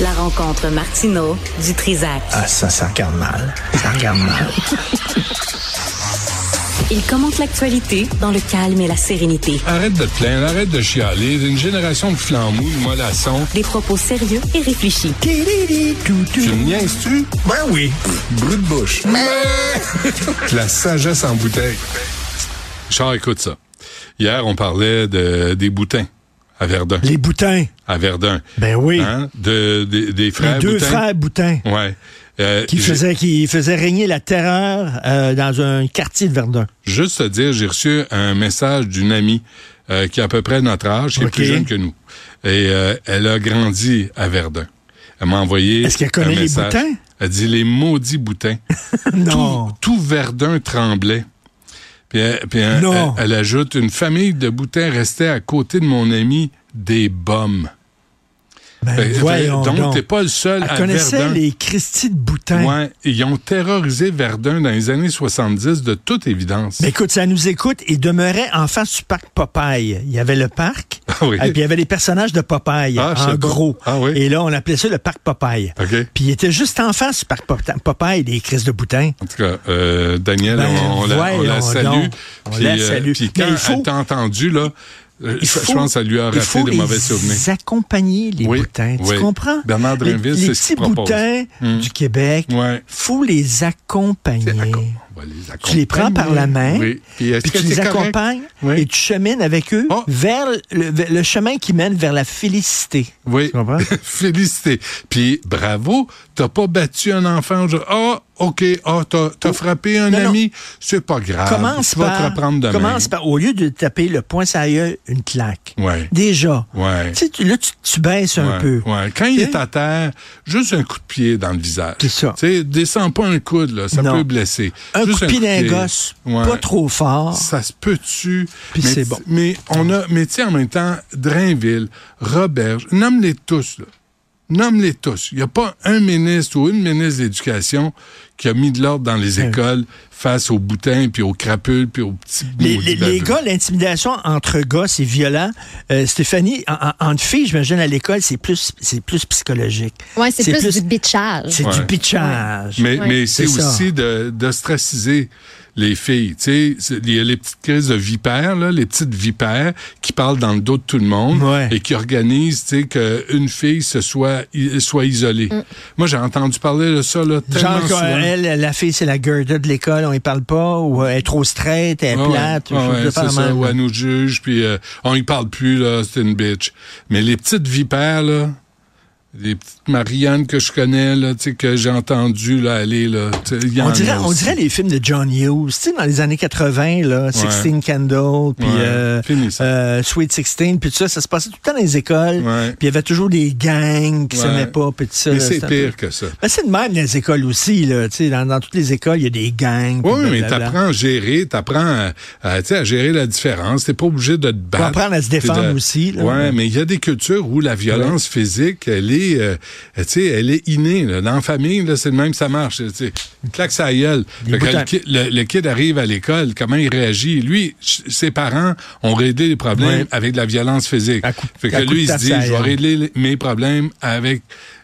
La rencontre Martino du Trizac. Ah, ça, ça regarde mal. Ça regarde mal. Il commente l'actualité dans le calme et la sérénité. Arrête de te plaindre, arrête de chialer. Une génération de flamboules, de mollassons. Des propos sérieux et réfléchis. Tu me niaises-tu? Ben oui. Brut de bouche. La sagesse en bouteille. Charles, écoute ça. Hier, on parlait de, des boutins à Verdun. Les boutins. À Verdun. Ben oui. Hein? De, des- des frères Les deux boutins. frères boutins. Ouais. Euh, Qui j'ai- faisaient, qui faisaient régner la terreur euh, dans un quartier de Verdun. Juste te dire, j'ai reçu un message d'une amie euh, qui a à peu près notre âge, qui est Ok. plus jeune que nous. Et euh, elle a grandi à Verdun. Elle m'a envoyé. Est-ce qu'elle un connaît les message. boutins? Elle dit les maudits boutins. non. Tout Verdun tremblait. Puis, elle, puis elle- Non. elle- elle ajoute une famille de boutins restait à côté de mon ami des bombes. Ben, Fait- fait- Eh, voyons donc, donc. t'es pas le seul Elle à connaissait Verdun. les Christie de boutins. Ouais, ils ont terrorisé Verdun dans les années 70 de toute évidence. Ben, écoute, ça nous écoute. Il demeurait en face du parc Popeye. Il y avait le parc, Ah oui. et puis il y avait les personnages de Popeye, Ah, je sais en pas. gros. Ah oui. Et là, on appelait ça le parc Popeye. OK. Puis il était juste en face du parc Pop- Popeye, les crises de boutins. En tout cas, euh, Daniel, Ben, on, on la, on la voyons salue. donc. On Puis, la euh, salue. puis Mais quand il faut- elle t'a entendu, là, euh, Il je, je faut- pense que ça lui a il raté faut de mauvais souvenirs. les accompagner, les Oui, boutins. oui. Tu comprends? Bernard les, Drinville, les c'est ce petits qu'il propose. boutins Mm. du Québec, Ouais. faut les accompagner. D'accord. On va les Tu les prends par la main, Oui. Puis, est-ce puis que tu les c'est correct? accompagnes Oui. et tu chemines avec eux Oh. vers le, vers le chemin qui mène vers la félicité. Oui. Tu comprends? Félicité. Puis bravo, t'as pas battu un enfant. aujourd'hui. Ah, OK. Ah, t'as t'as frappé un Oh. Non, non. ami. C'est pas grave. commence Ah, tu vas te par, reprendre demain. commence par, au lieu de taper le poing sur la gueule, une claque. Ouais. Déjà. Ouais. Tu sais, tu- là, tu, tu baisses un Ouais, peu. ouais. Quand il Tu est sais? à terre, juste un coup de pied dans le visage. C'est ça. Tu sais, descends pas un coude, là, ça Non. peut blesser. Un Juste coup de pied d'un gosse, Ouais. pas trop fort. Ça se peut-tu. Puis Mais c'est tu- bon. Mais on a, mais tu sais, en même temps, Drainville, Roberge, nomme-les tous, là. Nomme-les tous. Il n'y a pas un ministre ou une ministre d'éducation qui a mis de l'ordre dans Ben les écoles face aux boutins, puis aux crapules, puis aux petits Les, maudits les- les baveux. gars, l'intimidation entre gars, c'est violent. Euh, Stéphanie, en, en- entre filles, j'imagine, à l'école, c'est plus, c'est plus psychologique. Oui, c'est plus, du bitchage. C'est Ouais. du bitchage. Mais, Ouais. mais c'est C'est ça. aussi de d'ostraciser les filles. Tu sais, c'est- il y a les petites crises de vipères, là, les petites vipères qui parlent dans le dos de tout le monde Ouais. et qui organisent tu sais, qu'une fille se soit, i- soit isolée. Moi, j'ai entendu parler de ça là, tellement Genre, souvent. qu'elle, elle, la fille, c'est la Gerda de l'école, on y parle pas, ou euh, elle est trop straight, elle est Ouais, plate, ouais, ou ouais, je sais pas c'est ça, même. ou elle nous juge, puis euh, on y parle plus, là, c'est une bitch. Mais les petites vipères, là, les petites Marianne que je connais, là, tu sais, que j'ai entendu, là, aller, là, tu sais, il y en On a dirait, on aussi. dirait les films de John Hughes, tu sais, dans les années 80, là, 16 Candle, puis Ouais, euh, fini ça. euh, Sweet 16, puis tout ça, ça se passait tout le temps dans les écoles, Ouais. puis il y avait toujours des gangs qui Ouais. s'aimaient pas, puis tout ça. Mais là, c'est c'était un peu- pire que ça. Ben, c'est de même dans les écoles aussi, là, tu sais, dans, dans toutes les écoles, il y a des gangs. puis Oui, mais blablabla. t'apprends à gérer, t'apprends à, à, tu sais, à gérer la différence. T'es pas obligé de te battre. apprendre à se T'es défendre aussi, là. Ouais, mais il y a des cultures où la violence physique, elle est, euh, tu sais, elle est innée. Là. Dans la famille, là, c'est le même, ça marche. Tu sais, claque sa gueule. Des Fait que boutons. le, ki- le- le kid arrive à l'école, comment il réagit. Lui, ch- ses parents ont réglé les problèmes Ouais. avec de la violence physique. À coup- fait que à coup lui, de il se tape dit, sa je vais gueule. régler les- mes problèmes avec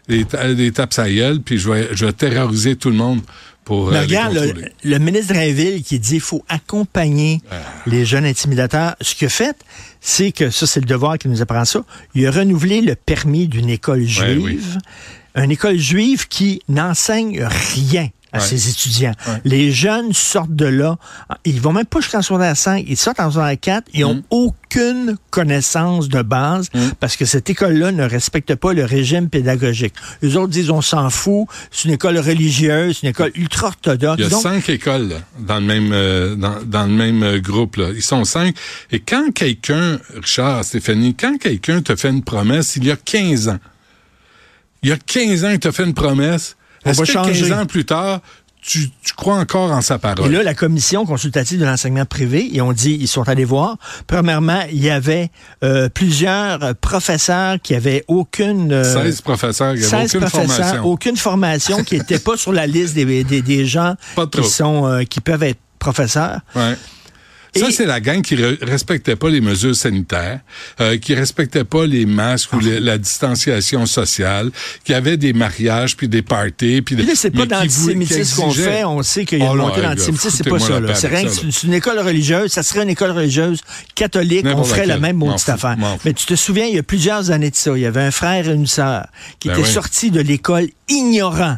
des, ta- des tapes à gueule, puis je vais, je vais terroriser tout le monde pour euh, Mais les regarde, contrôler. Ah. le, le ministre Rainville qui dit qu'il faut accompagner les jeunes intimidateurs. Ce qu'il a fait, c'est que, ça c'est le devoir qui nous apprend ça, il a renouvelé le permis d'une école juive, une école juive qui n'enseigne rien à Ouais. ses étudiants. Les jeunes sortent de là, Ah, ils vont même pas jusqu'en secondaire 5, ils sortent en secondaire 4, ils Mm. ont aucune connaissance de base parce que cette école-là ne respecte pas le régime pédagogique. Les autres disent on s'en fout, c'est une école religieuse, c'est une école ultra-orthodoxe. Il y a Ah, Donc, cinq écoles là, dans le même euh, dans, dans le même euh, groupe. Là. Ils sont cinq. Et quand quelqu'un, Richard, Stéphanie, quand quelqu'un te fait une promesse, il y a 15 ans, il y a 15 ans, il te fait une promesse. On Est-ce va que changer. 15 ans plus tard, tu, tu crois encore en sa Et parole? là, la commission consultative de l'enseignement privé, ils ont dit, ils sont allés voir. Premièrement, il y avait euh, plusieurs euh, professeurs qui avaient aucune euh, 16 professeurs, il y avait 16 aucune professeurs, formation. aucune formation, qui n'étaient pas sur la liste des, des, des gens Pas trop. qui sont euh, qui peuvent être professeurs. Ouais. Ça, Et- c'est la gang qui ne respectait pas les mesures sanitaires, euh, qui respectait pas les masques ou les- la distanciation sociale, qui avait des mariages, puis des parties, puis des... Puis Là, c'est pas mais qui voulait- qui d'antisémitisme qu'on exigeait- fait. On sait qu'il y a Oh une là, montée hey, gars, d'antisémitisme. C'est pas foutez-moi ça. la là. paix C'est avec rien que ça, c'est c'est une école religieuse. Ça serait une école religieuse catholique. On N'importe ferait la laquelle. même M'en maudite fous, affaire. m'en fous. Mais tu te souviens, il y a plusieurs années de ça. Il y avait un frère et une sœur qui Ben étaient oui. sortis de l'école ignorants.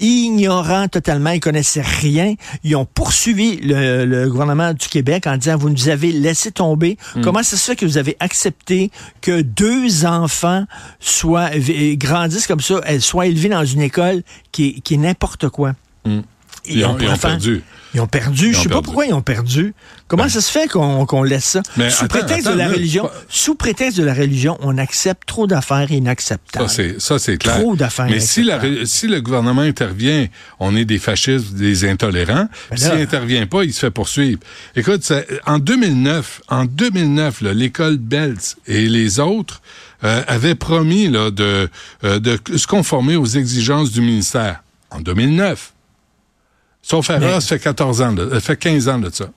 Ignorants totalement, ils connaissaient rien. Ils ont poursuivi le, le gouvernement du Québec en disant vous nous avez laissé tomber. Hmm. Comment ça se fait que vous avez accepté que deux enfants soient vi- grandissent comme ça, elles soient élevés dans une école qui est, qui est n'importe quoi. Hmm. Ils ont- ils ont préféré- perdu. Ils ont perdu. Ils Je ont sais pas perdu. Ben pourquoi ils ont perdu. Comment ça se fait qu'on qu'on laisse ça? Mais sous attends, prétexte attends, de la là, religion, pas- sous prétexte de la religion, on accepte trop d'affaires inacceptables. Ça, c'est, ça, c'est clair. Trop d'affaires Mais si, la- inacceptables. si le gouvernement intervient, on est des fascistes, des intolérants. Mais Ben là- S'il intervient pas, il se fait poursuivre. Écoute, ça- en 2009, en 2009, là, l'école Belz et les autres euh, avaient promis là, de, euh, de se conformer aux exigences du ministère. En 2009. Sauf erreur, Mais- ça fait 14 ans, de- ça fait 15 ans de ça.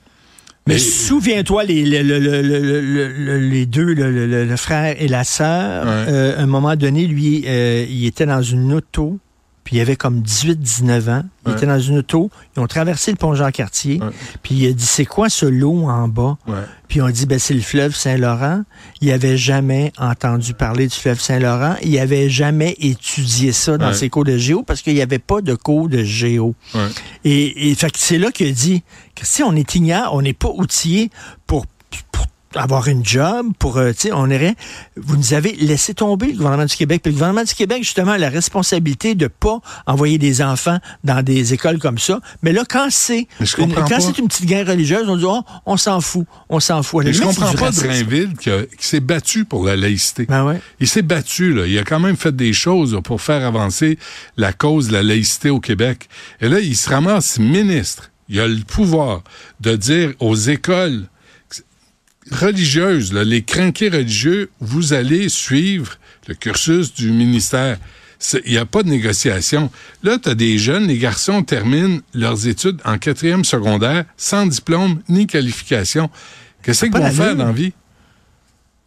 Mais Et- souviens-toi, les, le- le- le- le- le- le- les deux, le, le- le- le frère et la sœur, Ouais. euh, à un moment donné, lui, euh, il était dans une auto, puis il avait comme 18-19 ans. Il Ouais. était dans une auto, ils ont traversé le pont Jean-Cartier, Ouais. puis il a dit, c'est quoi ce lot en bas? Ouais. Puis on dit, ben, c'est le fleuve Saint-Laurent. Il avait jamais entendu parler du fleuve Saint-Laurent. Il avait jamais étudié ça dans Ouais. ses cours de géo parce qu'il n'y avait pas de cours de géo. Ouais. Et, et fait que c'est là qu'il a dit, que si on est ignorant, on n'est pas outillé pour, pour avoir une job, pour, euh, tu sais, on irait, vous nous avez laissé tomber, le gouvernement du Québec. Puis le gouvernement du Québec, justement, a la responsabilité de pas envoyer des enfants dans des écoles comme ça. Mais là, quand c'est, Mais je une- comprends quand pas. c'est une petite guerre religieuse, on dit, oh, on s'en fout, on s'en fout. À la Mais je limite, c'est comprends du pas racisme. Drainville qui, a- qui s'est battu pour la laïcité. Ben ouais. Il s'est battu, là. Il a quand même fait des choses là, pour faire avancer la cause de la laïcité au Québec. Et là, il se ramasse ministre. Il a le pouvoir de dire aux écoles religieuses, là, les crinqués religieux, vous allez suivre le cursus du ministère. C'est- Il n'y a pas de négociation. Là, tu as des jeunes, les garçons terminent leurs études en quatrième secondaire sans diplôme ni qualification. Qu'est-ce qu'ils pas vont d'allure. faire dans la vie?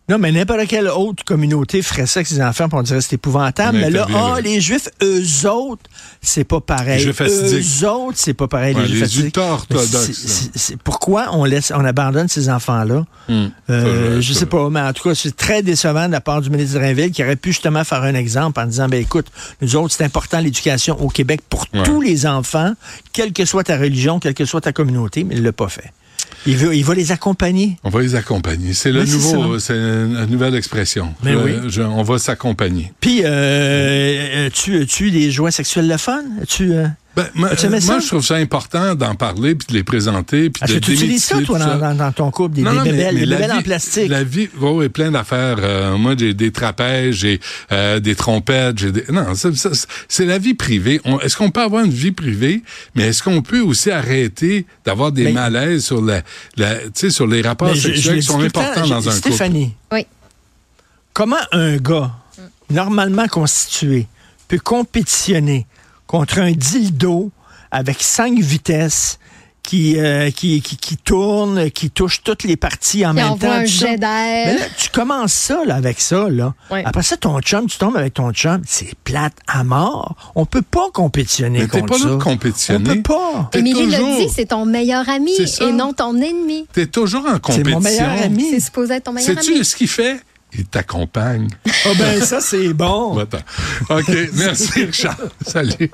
Non, mais n'importe quelle autre communauté ferait ça avec ses enfants, puis on dirait que c'est épouvantable. On a Mais là, interviewé ah, avec- les Juifs, eux autres, c'est pas pareil. Les Juifs fascidiques. Eux autres, c'est pas pareil. Ouais, les Juifs les fascidiques. ultra-orthodoxes, Mais c'est- là. c'est- c'est- Pourquoi on laisse, on abandonne ces enfants-là? Euh, Hmm. Ça, je- je ça, sais pas, mais en tout cas, c'est très décevant de la part du ministre Drainville qui aurait pu justement faire un exemple en disant, ben écoute, nous autres, c'est important l'éducation au Québec pour Ouais. tous les enfants, quelle que soit ta religion, quelle que soit ta communauté, mais il l'a pas fait. Il veut, il va les accompagner. On va les accompagner. C'est le Mais c'est nouveau, c'est la nouvelle expression. Mais Je- oui. je- on va s'accompagner. Puis, euh, tu tu des joies sexuelles le fun? Tu Ben, moi, As-tu aimé euh, ça? moi, je trouve ça important d'en parler puis de les présenter puis Est-ce de que tu utilises ça, démystifier toi, tout dans, dans- dans ton couple, des, Non, des non, mais- bébelles, mais des la bébelles en vie- plastique? La vie, oh, est plein d'affaires. Euh, moi, j'ai des trapèzes, j'ai euh, des trompettes, j'ai des... Non, ça- ça- c'est la vie privée. On- Est-ce qu'on peut avoir une vie privée, mais est-ce qu'on peut aussi arrêter d'avoir des Mais- malaises sur la, la tu sais, sur les rapports Mais je- je sexuels le qui dis sont tout le temps, importants je- dans un couple? Stéphanie, Oui. comment un gars normalement constitué peut compétitionner contre un dildo avec cinq vitesses qui, euh, qui, qui, qui tourne, qui touche toutes les parties en Qui même envoie temps? un tout ça? jet d'air. Mais là, tu commences ça là, avec ça. Là. Ouais. Après ça, ton chum, tu tombes avec ton chum. C'est plate à mort. On peut pas compétitionner Mais t'es contre pas ça. là de compétitionner. On peut pas. T'es Émilie toujours- l'a dit, c'est ton meilleur ami C'est ça. et non ton ennemi. T'es toujours en C'est compétition. mon meilleur C'est ami. supposé être ton meilleur ami. Sais-tu ce qu'il fait? Il t'accompagne. Ah ben ça, c'est bon. Va-t'en. OK, merci Richard. Salut.